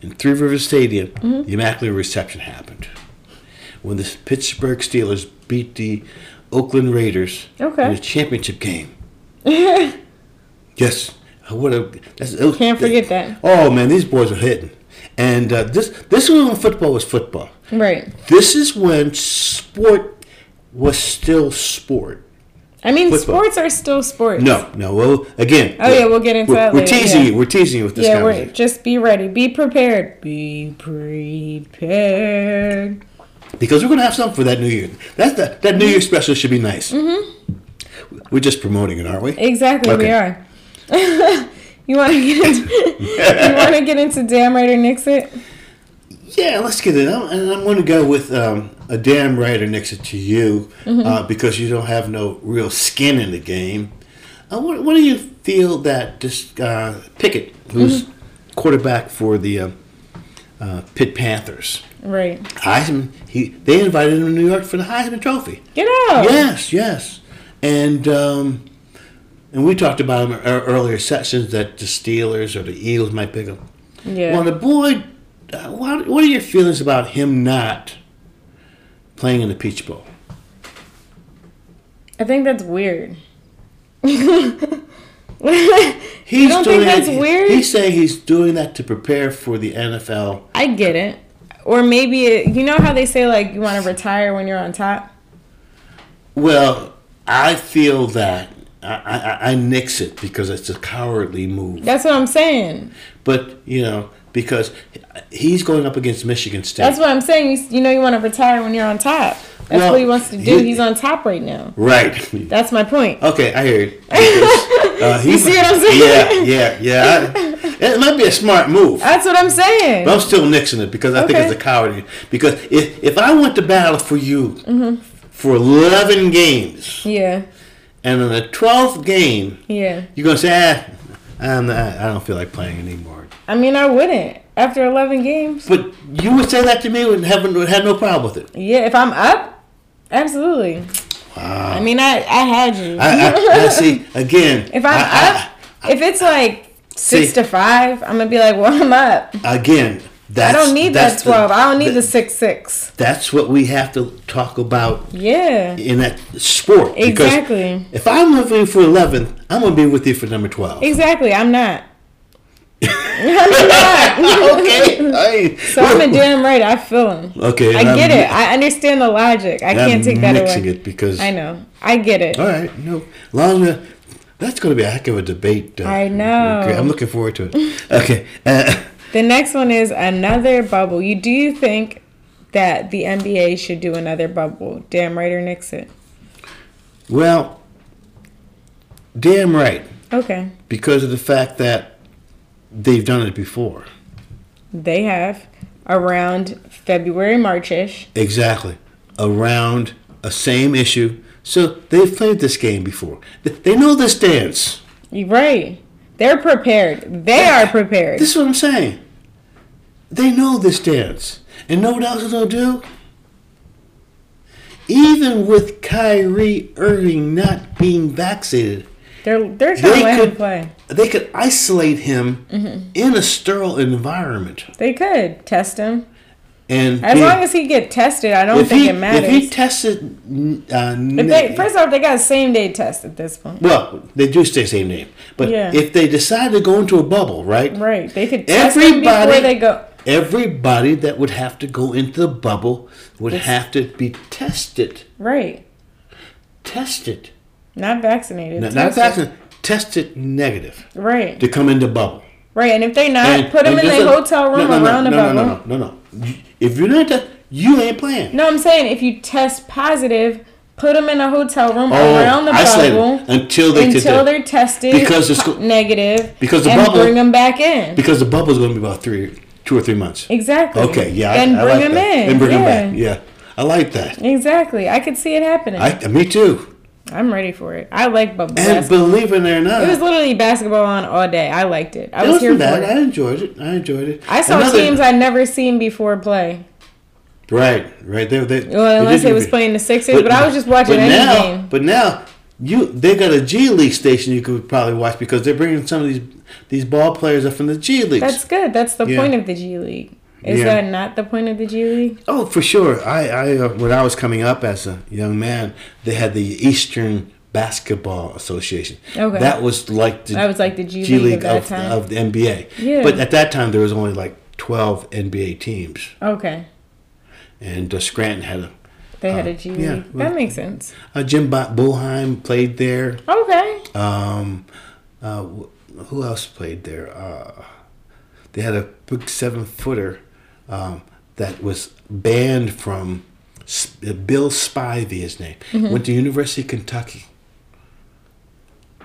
[SPEAKER 2] in Three Rivers Stadium,
[SPEAKER 1] Mm-hmm.
[SPEAKER 2] the Immaculate Reception happened when the Pittsburgh Steelers beat the Oakland Raiders
[SPEAKER 1] Okay.
[SPEAKER 2] in a
[SPEAKER 1] [laughs]
[SPEAKER 2] championship game. yes, Uh, what a that's, it was-
[SPEAKER 1] Can't forget that.
[SPEAKER 2] Oh man, these boys are hitting, and uh, this this was when football was football.
[SPEAKER 1] Right.
[SPEAKER 2] This is when sport was still sport.
[SPEAKER 1] I mean,
[SPEAKER 2] Football.
[SPEAKER 1] sports are still sports.
[SPEAKER 2] No, no. Well, again.
[SPEAKER 1] Oh, yeah, we'll get into
[SPEAKER 2] we're,
[SPEAKER 1] that
[SPEAKER 2] We're
[SPEAKER 1] later,
[SPEAKER 2] teasing
[SPEAKER 1] yeah.
[SPEAKER 2] you. We're teasing you with this.
[SPEAKER 1] Yeah, we're,
[SPEAKER 2] conversation.
[SPEAKER 1] just be ready. Be prepared. Be prepared.
[SPEAKER 2] because we're going to have something for that New Year. That's the, that New Year special should be nice. Mm-hmm. We're just promoting it, aren't we?
[SPEAKER 1] Exactly, we
[SPEAKER 2] Okay.
[SPEAKER 1] are. [laughs] you want to get
[SPEAKER 2] [laughs]
[SPEAKER 1] into, you want to get into damn right or nix it?
[SPEAKER 2] Yeah, let's get it. I'm, and I'm going to go with um, a damn writer next to you uh, because you don't have no real skin in the game. Uh, what, what do you feel that this uh, Pickett, who's quarterback for the uh, uh, Pitt Panthers,
[SPEAKER 1] Right.
[SPEAKER 2] Heisman, he they invited him to New York for the Heisman Trophy.
[SPEAKER 1] Get out.
[SPEAKER 2] Yes, yes, and um, and we talked about in our earlier sessions that the Steelers or the Eagles might pick him.
[SPEAKER 1] Yeah.
[SPEAKER 2] Well, the boy, uh, what, what are your feelings about him not playing in the Peach Bowl?
[SPEAKER 1] I think that's weird. [laughs]
[SPEAKER 2] He's
[SPEAKER 1] don't think that's
[SPEAKER 2] that,
[SPEAKER 1] weird?
[SPEAKER 2] He's saying he's doing that to prepare for the NFL.
[SPEAKER 1] I get it. Or maybe it, you know how they say like you want to retire when you're on top.
[SPEAKER 2] Well, I feel that. I, I, I- I nix it because it's a cowardly move.
[SPEAKER 1] That's what I'm saying.
[SPEAKER 2] But, you know, because he's going up against Michigan State.
[SPEAKER 1] That's what I'm saying. You, s- you know you want to retire when you're on top. That's
[SPEAKER 2] Well,
[SPEAKER 1] what he wants to do.
[SPEAKER 2] he-
[SPEAKER 1] He's on top right now.
[SPEAKER 2] right. [laughs]
[SPEAKER 1] That's my point.
[SPEAKER 2] Okay, I hear
[SPEAKER 1] [laughs]
[SPEAKER 2] you. Because, uh, he-
[SPEAKER 1] You see what I'm saying?
[SPEAKER 2] Yeah, yeah, yeah. I- it might be a smart move.
[SPEAKER 1] That's what I'm saying.
[SPEAKER 2] But I'm still nixing it because I think it's
[SPEAKER 1] Okay.
[SPEAKER 2] a cowardly. Because if, if I went to battle for you
[SPEAKER 1] Mm-hmm.
[SPEAKER 2] for 11 games,
[SPEAKER 1] yeah,
[SPEAKER 2] and in the 12th game,
[SPEAKER 1] yeah.
[SPEAKER 2] you're going to say, ah, I'm not, I don't feel like playing anymore.
[SPEAKER 1] I mean, I wouldn't after 11 games.
[SPEAKER 2] But you would say that to me and have, have no problem with it.
[SPEAKER 1] Yeah, if I'm up, absolutely. I mean, I I had you. [laughs]
[SPEAKER 2] I, I, I see, again.
[SPEAKER 1] if I'm
[SPEAKER 2] I- I-
[SPEAKER 1] up, if it's like six
[SPEAKER 2] See.
[SPEAKER 1] to five, I'm gonna be like, well, I'm up.
[SPEAKER 2] Again,
[SPEAKER 1] I
[SPEAKER 2] that's
[SPEAKER 1] don't need that
[SPEAKER 2] that's the-
[SPEAKER 1] twelve. I don't need the
[SPEAKER 2] th-
[SPEAKER 1] six six.
[SPEAKER 2] That's what we have to talk about
[SPEAKER 1] Yeah,
[SPEAKER 2] in that sport. because
[SPEAKER 1] Exactly.
[SPEAKER 2] If I'm living for 11, I'm going to be with you for
[SPEAKER 1] [laughs]
[SPEAKER 2] number 12.
[SPEAKER 1] exactly. I'm not.
[SPEAKER 2] [laughs] okay. I-
[SPEAKER 1] So I'm a damn right. I feel him.
[SPEAKER 2] [laughs] Okay.
[SPEAKER 1] I
[SPEAKER 2] and
[SPEAKER 1] get
[SPEAKER 2] I'm-
[SPEAKER 1] it. I understand the logic. I
[SPEAKER 2] I'm
[SPEAKER 1] can't take that
[SPEAKER 2] mixing
[SPEAKER 1] away.
[SPEAKER 2] it because
[SPEAKER 1] I know. I get it.
[SPEAKER 2] All right, no, long. Uh, that's going to be a heck of a debate. Uh,
[SPEAKER 1] I know.
[SPEAKER 2] okay, I'm looking forward to it. Okay, uh,
[SPEAKER 1] The next one is another bubble. You do you think that the NBA should do another bubble? Damn right or nix it.
[SPEAKER 2] well, damn right,
[SPEAKER 1] Okay,
[SPEAKER 2] because of the fact that they've done it before.
[SPEAKER 1] they have around February March ish.
[SPEAKER 2] Exactly, around a same issue. So they've played this game before. Th- They know this dance.
[SPEAKER 1] You're right. They're prepared. They are prepared.
[SPEAKER 2] This is what I'm saying. They know this dance. And know what else they'll do? Even with Kyrie Irving not being vaccinated,
[SPEAKER 1] They're they're trying
[SPEAKER 2] They
[SPEAKER 1] to let
[SPEAKER 2] could-
[SPEAKER 1] him play.
[SPEAKER 2] they could isolate him
[SPEAKER 1] Mm-hmm.
[SPEAKER 2] in a sterile environment.
[SPEAKER 1] They could test him
[SPEAKER 2] And
[SPEAKER 1] as
[SPEAKER 2] be-
[SPEAKER 1] long as he get tested. I don't
[SPEAKER 2] if
[SPEAKER 1] think
[SPEAKER 2] he,
[SPEAKER 1] it matters.
[SPEAKER 2] if he tested, n- uh,
[SPEAKER 1] If
[SPEAKER 2] n-
[SPEAKER 1] they, first off, they got same day test at this point.
[SPEAKER 2] well, they do stay same name. But
[SPEAKER 1] Yeah.
[SPEAKER 2] if they decide to go into a bubble, right?
[SPEAKER 1] Right. They could test him before
[SPEAKER 2] Everybody-
[SPEAKER 1] they go.
[SPEAKER 2] Everybody that would have to go into the bubble would have to be tested.
[SPEAKER 1] Right.
[SPEAKER 2] Tested.
[SPEAKER 1] Not vaccinated.
[SPEAKER 2] Not, not
[SPEAKER 1] tested.
[SPEAKER 2] vaccinated. Tested negative
[SPEAKER 1] Right.
[SPEAKER 2] to come into bubble.
[SPEAKER 1] Right, and if they not, put them in
[SPEAKER 2] this
[SPEAKER 1] their
[SPEAKER 2] is-
[SPEAKER 1] hotel room
[SPEAKER 2] no, no,
[SPEAKER 1] around
[SPEAKER 2] no,
[SPEAKER 1] the
[SPEAKER 2] no,
[SPEAKER 1] bubble. No,
[SPEAKER 2] No, no, no, no, no. You- If you're not, te- you ain't playing.
[SPEAKER 1] I'm saying if you test positive, put them in a hotel room around the
[SPEAKER 2] Oh, isolate 'em
[SPEAKER 1] bubble
[SPEAKER 2] until they could
[SPEAKER 1] until
[SPEAKER 2] do-
[SPEAKER 1] they're tested
[SPEAKER 2] Because it's
[SPEAKER 1] po-
[SPEAKER 2] go-
[SPEAKER 1] negative.
[SPEAKER 2] because the
[SPEAKER 1] and
[SPEAKER 2] bubble-
[SPEAKER 1] bring them back in.
[SPEAKER 2] because the bubble's going to be about three, two or three months.
[SPEAKER 1] exactly.
[SPEAKER 2] Okay, yeah, I-
[SPEAKER 1] and
[SPEAKER 2] I,
[SPEAKER 1] bring
[SPEAKER 2] like
[SPEAKER 1] them
[SPEAKER 2] that.
[SPEAKER 1] in.
[SPEAKER 2] and bring
[SPEAKER 1] yeah.
[SPEAKER 2] them back. Yeah, I like that.
[SPEAKER 1] Exactly. I could see it happening. I,
[SPEAKER 2] I, me too.
[SPEAKER 1] am ready for it. I like bubble
[SPEAKER 2] And
[SPEAKER 1] basketball.
[SPEAKER 2] believe it or not,
[SPEAKER 1] it was literally basketball on all day. I liked it. I
[SPEAKER 2] it
[SPEAKER 1] was here
[SPEAKER 2] wasn't
[SPEAKER 1] for
[SPEAKER 2] bad.
[SPEAKER 1] it.
[SPEAKER 2] I enjoyed it. I enjoyed it.
[SPEAKER 1] I saw
[SPEAKER 2] Another-
[SPEAKER 1] teams I'd never seen before play.
[SPEAKER 2] Right, right. They, they,
[SPEAKER 1] Well, unless
[SPEAKER 2] did
[SPEAKER 1] they was
[SPEAKER 2] good.
[SPEAKER 1] playing the Sixers, but, I was just watching
[SPEAKER 2] but
[SPEAKER 1] any
[SPEAKER 2] now,
[SPEAKER 1] game.
[SPEAKER 2] But now you they got a G League station you could probably watch because they're bringing some of these these ball players up from the G Leagues.
[SPEAKER 1] That's good. That's the
[SPEAKER 2] Yeah.
[SPEAKER 1] point of the G League. Is
[SPEAKER 2] Yeah.
[SPEAKER 1] that not the point of the G League?
[SPEAKER 2] oh, for sure. I I uh, when I was coming up as a young man, they had the Eastern Basketball Association.
[SPEAKER 1] Okay.
[SPEAKER 2] That was like the
[SPEAKER 1] That was like the G League of that
[SPEAKER 2] of,
[SPEAKER 1] time.
[SPEAKER 2] of the NBA.
[SPEAKER 1] Yeah.
[SPEAKER 2] But at that time there was only like 12 NBA teams
[SPEAKER 1] Okay.
[SPEAKER 2] and uh, Scranton had a
[SPEAKER 1] They had a G League.
[SPEAKER 2] Uh, yeah, well-
[SPEAKER 1] that makes sense.
[SPEAKER 2] uh, Jim Bo- Boheim played there.
[SPEAKER 1] Okay.
[SPEAKER 2] Um, uh, wh- who else played there? Uh, they had a big seven footer um, that was banned from S- uh, Bill Spivey, his name.
[SPEAKER 1] Mm-hmm.
[SPEAKER 2] Went to University of Kentucky.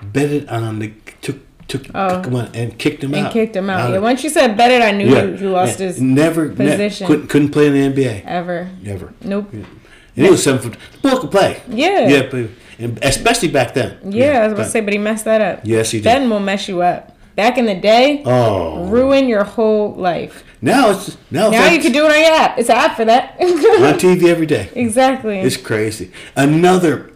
[SPEAKER 2] Betted on the took took, took him on and kicked him
[SPEAKER 1] Oh. and
[SPEAKER 2] out.
[SPEAKER 1] kicked him out.
[SPEAKER 2] of-
[SPEAKER 1] Yeah, once you said bet it, I knew
[SPEAKER 2] yeah,
[SPEAKER 1] you, you lost
[SPEAKER 2] yeah,
[SPEAKER 1] his
[SPEAKER 2] never ne-
[SPEAKER 1] position. Uh,
[SPEAKER 2] couldn't couldn't play in the NBA
[SPEAKER 1] ever.
[SPEAKER 2] ever.
[SPEAKER 1] Nope. Yeah.
[SPEAKER 2] And he was seven foot. Boy could play.
[SPEAKER 1] Yeah.
[SPEAKER 2] Yeah, but, and especially back then.
[SPEAKER 1] I was about to
[SPEAKER 2] but-
[SPEAKER 1] say, but he messed that up.
[SPEAKER 2] Yes, he did.
[SPEAKER 1] Ben will mess you up. Back in the day,
[SPEAKER 2] Oh.
[SPEAKER 1] ruin your whole life.
[SPEAKER 2] Now it's now,
[SPEAKER 1] Now you can do it on your app. It's an app for that. [laughs]
[SPEAKER 2] on TV every day.
[SPEAKER 1] exactly.
[SPEAKER 2] It's crazy. Another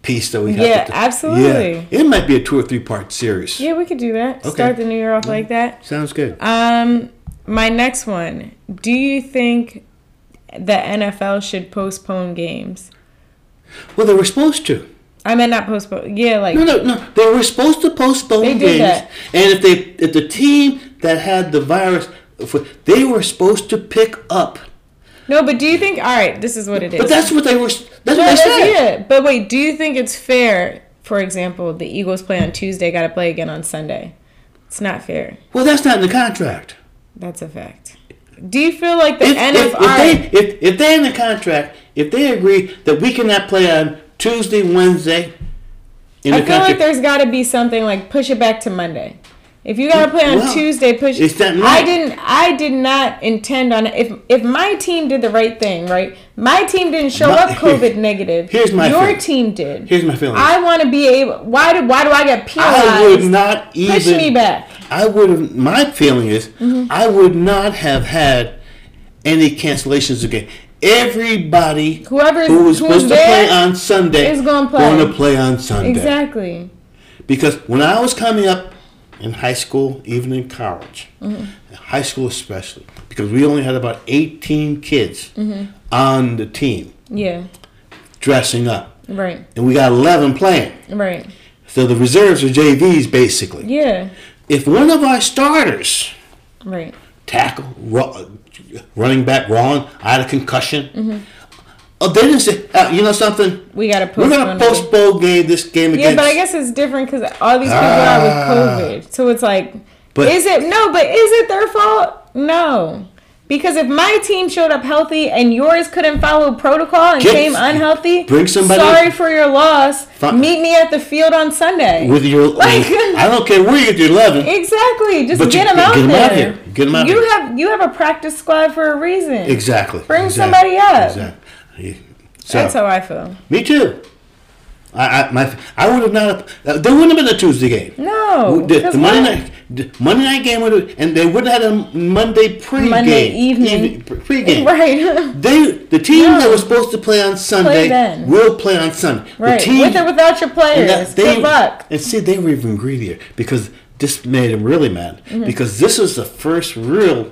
[SPEAKER 2] piece that we have.
[SPEAKER 1] Yeah,
[SPEAKER 2] to,
[SPEAKER 1] absolutely.
[SPEAKER 2] Yeah, it might be a two or three part series.
[SPEAKER 1] yeah, we could do that. Start the new year off like that.
[SPEAKER 2] Sounds good.
[SPEAKER 1] Um, my next one. Do you think the NFL should postpone games?
[SPEAKER 2] Well, they were supposed to.
[SPEAKER 1] I meant not postpone. Yeah, like
[SPEAKER 2] No, no, no. They were supposed to postpone
[SPEAKER 1] They did
[SPEAKER 2] games.
[SPEAKER 1] that.
[SPEAKER 2] And if they, if the team that had the virus, if- they were supposed to pick up.
[SPEAKER 1] no. But do you think? All right, this is what it is.
[SPEAKER 2] But that's what they were. That's
[SPEAKER 1] No,
[SPEAKER 2] what they
[SPEAKER 1] that's
[SPEAKER 2] said.
[SPEAKER 1] it. But wait, do you think it's fair? For example, the Eagles play on Tuesday, got to play again on Sunday. It's not fair.
[SPEAKER 2] Well, that's not in the contract.
[SPEAKER 1] That's a fact. Do you feel like the
[SPEAKER 2] If,
[SPEAKER 1] NFL?
[SPEAKER 2] if, if they if, if they're in the contract, if they agree that we cannot play on Tuesday, Wednesday, in
[SPEAKER 1] I
[SPEAKER 2] the
[SPEAKER 1] feel like
[SPEAKER 2] contract,
[SPEAKER 1] there's got to be something like push it back to Monday. If you got to play on
[SPEAKER 2] Well,
[SPEAKER 1] Tuesday, push.
[SPEAKER 2] it's that
[SPEAKER 1] I
[SPEAKER 2] night.
[SPEAKER 1] didn't. I did not intend on it. If if my team did the right thing, right? My team didn't show
[SPEAKER 2] My- [laughs]
[SPEAKER 1] up COVID negative.
[SPEAKER 2] Here's my
[SPEAKER 1] Your
[SPEAKER 2] feeling.
[SPEAKER 1] team did.
[SPEAKER 2] Here's my feeling.
[SPEAKER 1] I want to be able. Why do Why do I get
[SPEAKER 2] I would
[SPEAKER 1] penalized?
[SPEAKER 2] not even.
[SPEAKER 1] Push me back. Mm-hmm.
[SPEAKER 2] I would have. My feeling is, I would not have had any cancellations again. Everybody
[SPEAKER 1] Whoever's-
[SPEAKER 2] who
[SPEAKER 1] who's
[SPEAKER 2] was supposed to
[SPEAKER 1] there
[SPEAKER 2] play on Sunday
[SPEAKER 1] is gonna play.
[SPEAKER 2] Going to play on Sunday
[SPEAKER 1] Exactly.
[SPEAKER 2] because when I was coming up, in high school, even in college, high school especially, because we only had about 18 kids on the team
[SPEAKER 1] Yeah.
[SPEAKER 2] dressing up,
[SPEAKER 1] Right.
[SPEAKER 2] and we got 11 playing.
[SPEAKER 1] Right.
[SPEAKER 2] So the reserves were JVs basically.
[SPEAKER 1] Yeah.
[SPEAKER 2] If one of our starters,
[SPEAKER 1] Right.
[SPEAKER 2] tackle, ru- running back wrong, I had a concussion, oh, they didn't say, uh, you know something?
[SPEAKER 1] We gotta
[SPEAKER 2] We're
[SPEAKER 1] postpone.
[SPEAKER 2] going to
[SPEAKER 1] it.
[SPEAKER 2] postpone game this game
[SPEAKER 1] Yeah,
[SPEAKER 2] against.
[SPEAKER 1] but I guess it's different because all these people
[SPEAKER 2] Ah.
[SPEAKER 1] are with COVID, so it's like,
[SPEAKER 2] But-
[SPEAKER 1] is it no? But is it their fault? No, because if my team showed up healthy and yours couldn't follow protocol and
[SPEAKER 2] Get-
[SPEAKER 1] came unhealthy,
[SPEAKER 2] bring somebody-
[SPEAKER 1] Sorry for your loss.
[SPEAKER 2] Fi-
[SPEAKER 1] Meet me at the field on Sunday.
[SPEAKER 2] with your,
[SPEAKER 1] [laughs] Like-
[SPEAKER 2] I don't care where you get your 11.
[SPEAKER 1] exactly. Just
[SPEAKER 2] But
[SPEAKER 1] get
[SPEAKER 2] you-
[SPEAKER 1] 'em out
[SPEAKER 2] get 'em
[SPEAKER 1] there.
[SPEAKER 2] out here. Get 'em out
[SPEAKER 1] you
[SPEAKER 2] here.
[SPEAKER 1] have you have a practice squad for a reason.
[SPEAKER 2] Exactly.
[SPEAKER 1] Bring
[SPEAKER 2] exactly,
[SPEAKER 1] somebody up.
[SPEAKER 2] Exactly. Yeah. So,
[SPEAKER 1] That's how I feel.
[SPEAKER 2] me too. I, I, my, I would have not. uh, There wouldn't have been a Tuesday game.
[SPEAKER 1] No,
[SPEAKER 2] the, the
[SPEAKER 1] because
[SPEAKER 2] Monday
[SPEAKER 1] why-
[SPEAKER 2] night, the Monday night game would have, and they wouldn't have had a Monday pregame.
[SPEAKER 1] Monday evening.
[SPEAKER 2] pre- pregame.
[SPEAKER 1] [laughs] Right.
[SPEAKER 2] They, the team that
[SPEAKER 1] No.
[SPEAKER 2] was supposed to play on Sunday
[SPEAKER 1] then.
[SPEAKER 2] will play on Sunday.
[SPEAKER 1] Right.
[SPEAKER 2] The team,
[SPEAKER 1] With or without your
[SPEAKER 2] and
[SPEAKER 1] players.
[SPEAKER 2] that- they-
[SPEAKER 1] Good luck.
[SPEAKER 2] And see, they were even greedier because this made them really mad
[SPEAKER 1] Mm-hmm.
[SPEAKER 2] because this was the first real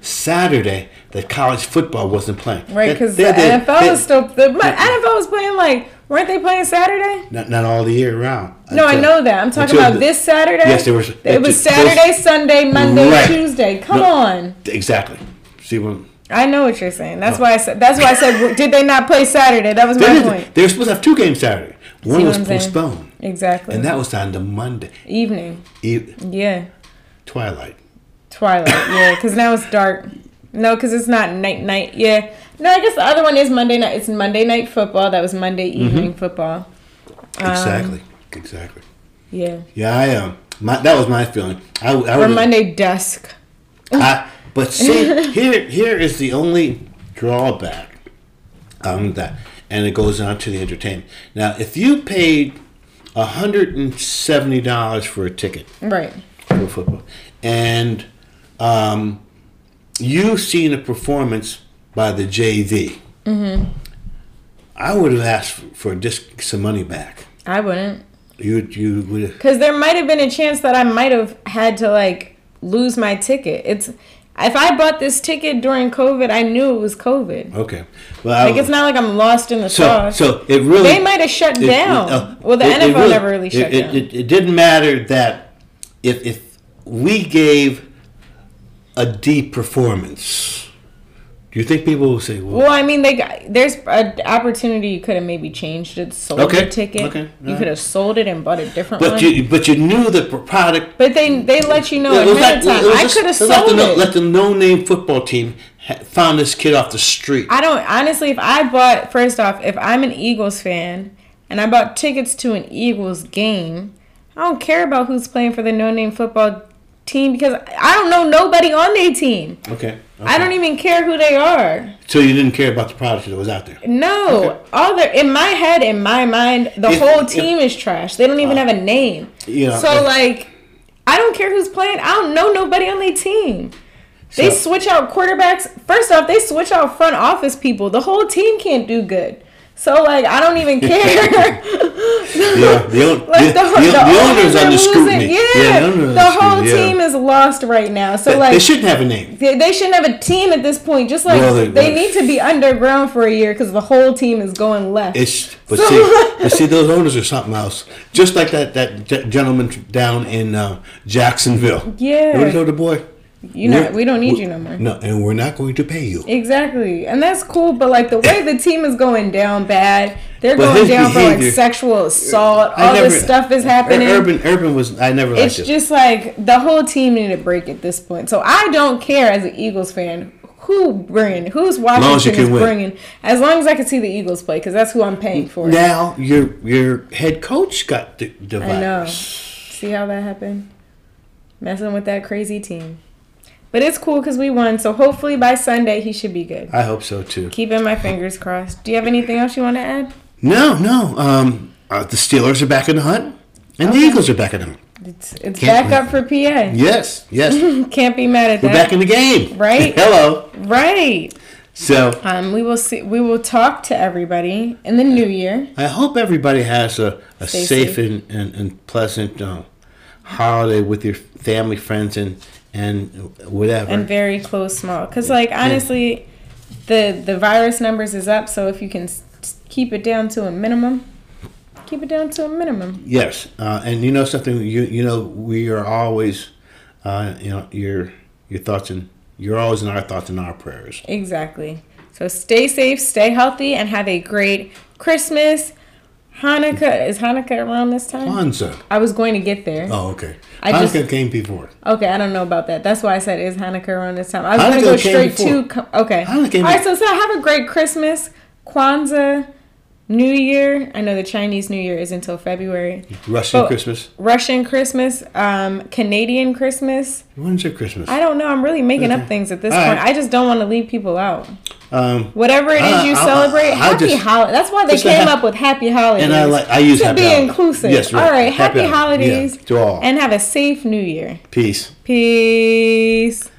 [SPEAKER 2] Saturday that college football wasn't playing.
[SPEAKER 1] Right,
[SPEAKER 2] That-
[SPEAKER 1] because the
[SPEAKER 2] they- they-
[SPEAKER 1] NFL
[SPEAKER 2] they-
[SPEAKER 1] was still the my NFL was playing like weren't they playing Saturday?
[SPEAKER 2] not, not all the year round.
[SPEAKER 1] No, I
[SPEAKER 2] Until-
[SPEAKER 1] know that. I'm talking
[SPEAKER 2] until
[SPEAKER 1] about
[SPEAKER 2] the-
[SPEAKER 1] this Saturday.
[SPEAKER 2] Yes, they were- they
[SPEAKER 1] It was
[SPEAKER 2] took both-
[SPEAKER 1] Saturday, Sunday, Monday,
[SPEAKER 2] Right.
[SPEAKER 1] Tuesday. Come
[SPEAKER 2] No.
[SPEAKER 1] on.
[SPEAKER 2] Exactly. See when
[SPEAKER 1] I know what you're saying. That's why I said. That's why I said. w- did they not play Saturday? That was
[SPEAKER 2] they,
[SPEAKER 1] my
[SPEAKER 2] didn't-
[SPEAKER 1] point.
[SPEAKER 2] they were supposed to have two games Saturday. One
[SPEAKER 1] See what
[SPEAKER 2] was
[SPEAKER 1] I'm saying?
[SPEAKER 2] postponed,
[SPEAKER 1] Exactly.
[SPEAKER 2] and that was on the Monday
[SPEAKER 1] evening.
[SPEAKER 2] e-
[SPEAKER 1] Yeah.
[SPEAKER 2] twilight.
[SPEAKER 1] Twilight. Yeah, because now it's dark. No, because it's not night night. Yeah. No, I guess the other one is Monday night. It's Monday night football. That was Monday
[SPEAKER 2] Mm-hmm.
[SPEAKER 1] evening football. Um.
[SPEAKER 2] Exactly. exactly.
[SPEAKER 1] Yeah.
[SPEAKER 2] Yeah, I um, my, that was my feeling. I, I
[SPEAKER 1] Or
[SPEAKER 2] was-
[SPEAKER 1] Monday dusk.
[SPEAKER 2] I, but see, here here is the only drawback um, that, and it goes on to the entertainment. Now, if you paid hundred and seventy dollars for a ticket
[SPEAKER 1] Right.
[SPEAKER 2] for football, and um, you've seen a performance by the JV, I would have asked for just some money back.
[SPEAKER 1] I wouldn't.
[SPEAKER 2] You you would
[SPEAKER 1] Because there might have been a chance that I might have had to like lose my ticket. It's if I bought this ticket during COVID, I knew it was COVID.
[SPEAKER 2] okay. Well, I,
[SPEAKER 1] Like it's not like I'm lost in the
[SPEAKER 2] so
[SPEAKER 1] sauce.
[SPEAKER 2] so it really
[SPEAKER 1] they might have shut down.
[SPEAKER 2] uh,
[SPEAKER 1] well, the
[SPEAKER 2] it- it
[SPEAKER 1] NFL never really shut
[SPEAKER 2] it, it-
[SPEAKER 1] down.
[SPEAKER 2] It, it didn't matter that if if we gave a deep performance, do you think people will say, "Well,
[SPEAKER 1] well, I mean, they got, there's an opportunity you could have maybe changed it, sold
[SPEAKER 2] Okay,
[SPEAKER 1] the ticket.
[SPEAKER 2] okay,
[SPEAKER 1] You
[SPEAKER 2] alright.
[SPEAKER 1] could have sold it and bought a different
[SPEAKER 2] but
[SPEAKER 1] one.
[SPEAKER 2] you but you knew the pr- product."
[SPEAKER 1] but they they let you know
[SPEAKER 2] It was
[SPEAKER 1] ahead of
[SPEAKER 2] like-
[SPEAKER 1] time.
[SPEAKER 2] it was
[SPEAKER 1] I
[SPEAKER 2] just-
[SPEAKER 1] could have
[SPEAKER 2] it was like
[SPEAKER 1] sold
[SPEAKER 2] the no-
[SPEAKER 1] it.
[SPEAKER 2] Like the no-name football team ha- found this kid off the street.
[SPEAKER 1] I don't honestly. If I bought first off, if I'm an Eagles fan and I bought tickets to an Eagles game, I don't care about who's playing for the no-name football team because I don't know nobody on their team.
[SPEAKER 2] okay,
[SPEAKER 1] I don't even care who they are.
[SPEAKER 2] So you didn't care about the product that was out there.
[SPEAKER 1] No, all their in my head, in my mind, the
[SPEAKER 2] If-
[SPEAKER 1] whole
[SPEAKER 2] if-
[SPEAKER 1] team is trash. They don't even have a name.
[SPEAKER 2] yeah,
[SPEAKER 1] So
[SPEAKER 2] if-
[SPEAKER 1] like, I don't care who's playing. I don't know nobody on their team. They
[SPEAKER 2] So-
[SPEAKER 1] switch out quarterbacks. First off, they switch out front office people. The whole team can't do good. So like, I don't
[SPEAKER 2] [laughs]
[SPEAKER 1] even care.
[SPEAKER 2] Yeah, the, own-
[SPEAKER 1] [laughs] Like
[SPEAKER 2] the,
[SPEAKER 1] the,
[SPEAKER 2] the, the owner's
[SPEAKER 1] are
[SPEAKER 2] under
[SPEAKER 1] losing.
[SPEAKER 2] scrutiny.
[SPEAKER 1] Yeah,
[SPEAKER 2] the, owner's
[SPEAKER 1] the
[SPEAKER 2] under
[SPEAKER 1] whole
[SPEAKER 2] scrutiny, yeah.
[SPEAKER 1] team is lost right now. So
[SPEAKER 2] They-
[SPEAKER 1] like,
[SPEAKER 2] they shouldn't have a name.
[SPEAKER 1] they, they shouldn't have a team at this point. Just like
[SPEAKER 2] Well, they-
[SPEAKER 1] they, need to be underground for a year because the whole team is going left.
[SPEAKER 2] It's but
[SPEAKER 1] So- [laughs]
[SPEAKER 2] see, but see, those owners are something else. Just like that that ge- gentleman down in uh, Jacksonville.
[SPEAKER 1] Yeah.
[SPEAKER 2] you know the boy.
[SPEAKER 1] you know,
[SPEAKER 2] We're-
[SPEAKER 1] we don't need
[SPEAKER 2] we-
[SPEAKER 1] you no more.
[SPEAKER 2] No, and we're not going to pay you.
[SPEAKER 1] Exactly, and that's cool. But like the way the team is going down bad, they're
[SPEAKER 2] But
[SPEAKER 1] going
[SPEAKER 2] his
[SPEAKER 1] down for
[SPEAKER 2] behavior-
[SPEAKER 1] like sexual assault.
[SPEAKER 2] I
[SPEAKER 1] All this
[SPEAKER 2] never-
[SPEAKER 1] stuff is
[SPEAKER 2] Ur-
[SPEAKER 1] happening.
[SPEAKER 2] Urban, Urban was I never
[SPEAKER 1] it's
[SPEAKER 2] liked it.
[SPEAKER 1] just like the whole team need a break at this point. So I don't care as an Eagles fan who bringing, who's Washington
[SPEAKER 2] as you can
[SPEAKER 1] is
[SPEAKER 2] win.
[SPEAKER 1] bringing, as long as I can see the Eagles play because that's who I'm paying for.
[SPEAKER 2] Now your your head coach got the, the
[SPEAKER 1] I know.
[SPEAKER 2] virus.
[SPEAKER 1] See how that happened? Messing with that crazy team. But it's cool because we won, so hopefully by Sunday he should be good.
[SPEAKER 2] I hope so too.
[SPEAKER 1] Keeping my fingers crossed. Do you have anything else you want to add?
[SPEAKER 2] No, no. Um, uh, the Steelers are back in the hunt, and the Eagles are back in the hunt.
[SPEAKER 1] It's it's
[SPEAKER 2] Can't-
[SPEAKER 1] back up for PA.
[SPEAKER 2] Yes,
[SPEAKER 1] [laughs]
[SPEAKER 2] yes. we're
[SPEAKER 1] Can't be mad at
[SPEAKER 2] back
[SPEAKER 1] that.
[SPEAKER 2] in the game.
[SPEAKER 1] Right.
[SPEAKER 2] [laughs] Hello.
[SPEAKER 1] Right.
[SPEAKER 2] So
[SPEAKER 1] Um, we will see. We will talk to everybody in the new year.
[SPEAKER 2] I hope everybody has a, a
[SPEAKER 1] Stay
[SPEAKER 2] safe
[SPEAKER 1] safe.
[SPEAKER 2] and, and, and pleasant uh, holiday with your family, friends, and and whatever.
[SPEAKER 1] and very close small because like honestly the the virus numbers is up so if you can s- s- keep it down to a minimum keep it down to a minimum
[SPEAKER 2] Yes, uh, and you know something. You you know we are always, uh, you know your your thoughts and you're always in our thoughts and our prayers.
[SPEAKER 1] exactly so stay safe stay healthy and have a great christmas hanukkah is hanukkah around this time
[SPEAKER 2] Kwanzaa.
[SPEAKER 1] i was going to get there
[SPEAKER 2] Oh, okay.
[SPEAKER 1] I
[SPEAKER 2] Hanukkah
[SPEAKER 1] just-
[SPEAKER 2] came before.
[SPEAKER 1] okay i don't know about that that's why i said is hanukkah around this time i was going
[SPEAKER 2] Hanukkah
[SPEAKER 1] to go
[SPEAKER 2] came
[SPEAKER 1] straight
[SPEAKER 2] before.
[SPEAKER 1] to co- okay all
[SPEAKER 2] Hanukkah came
[SPEAKER 1] right so, so have a great christmas kwanzaa new year i know the chinese new year is until february
[SPEAKER 2] Russian
[SPEAKER 1] Oh.
[SPEAKER 2] Christmas.
[SPEAKER 1] Russian Christmas, um, Canadian Christmas.
[SPEAKER 2] When's your Christmas?
[SPEAKER 1] I don't know. I'm really making up
[SPEAKER 2] Okay.
[SPEAKER 1] things at this
[SPEAKER 2] All
[SPEAKER 1] point.
[SPEAKER 2] right.
[SPEAKER 1] I just don't want to leave people out.
[SPEAKER 2] Um,
[SPEAKER 1] Whatever it is
[SPEAKER 2] I-
[SPEAKER 1] you
[SPEAKER 2] I- I-
[SPEAKER 1] celebrate,
[SPEAKER 2] I
[SPEAKER 1] happy
[SPEAKER 2] just-
[SPEAKER 1] holidays. That's why they
[SPEAKER 2] just a
[SPEAKER 1] came
[SPEAKER 2] hap-
[SPEAKER 1] up with happy holidays.
[SPEAKER 2] and I like I use
[SPEAKER 1] to
[SPEAKER 2] happy
[SPEAKER 1] be
[SPEAKER 2] holidays.
[SPEAKER 1] inclusive.
[SPEAKER 2] Yes, right.
[SPEAKER 1] All right, happy, holidays
[SPEAKER 2] Yeah, to all.
[SPEAKER 1] and have a safe new year.
[SPEAKER 2] Peace.
[SPEAKER 1] Peace.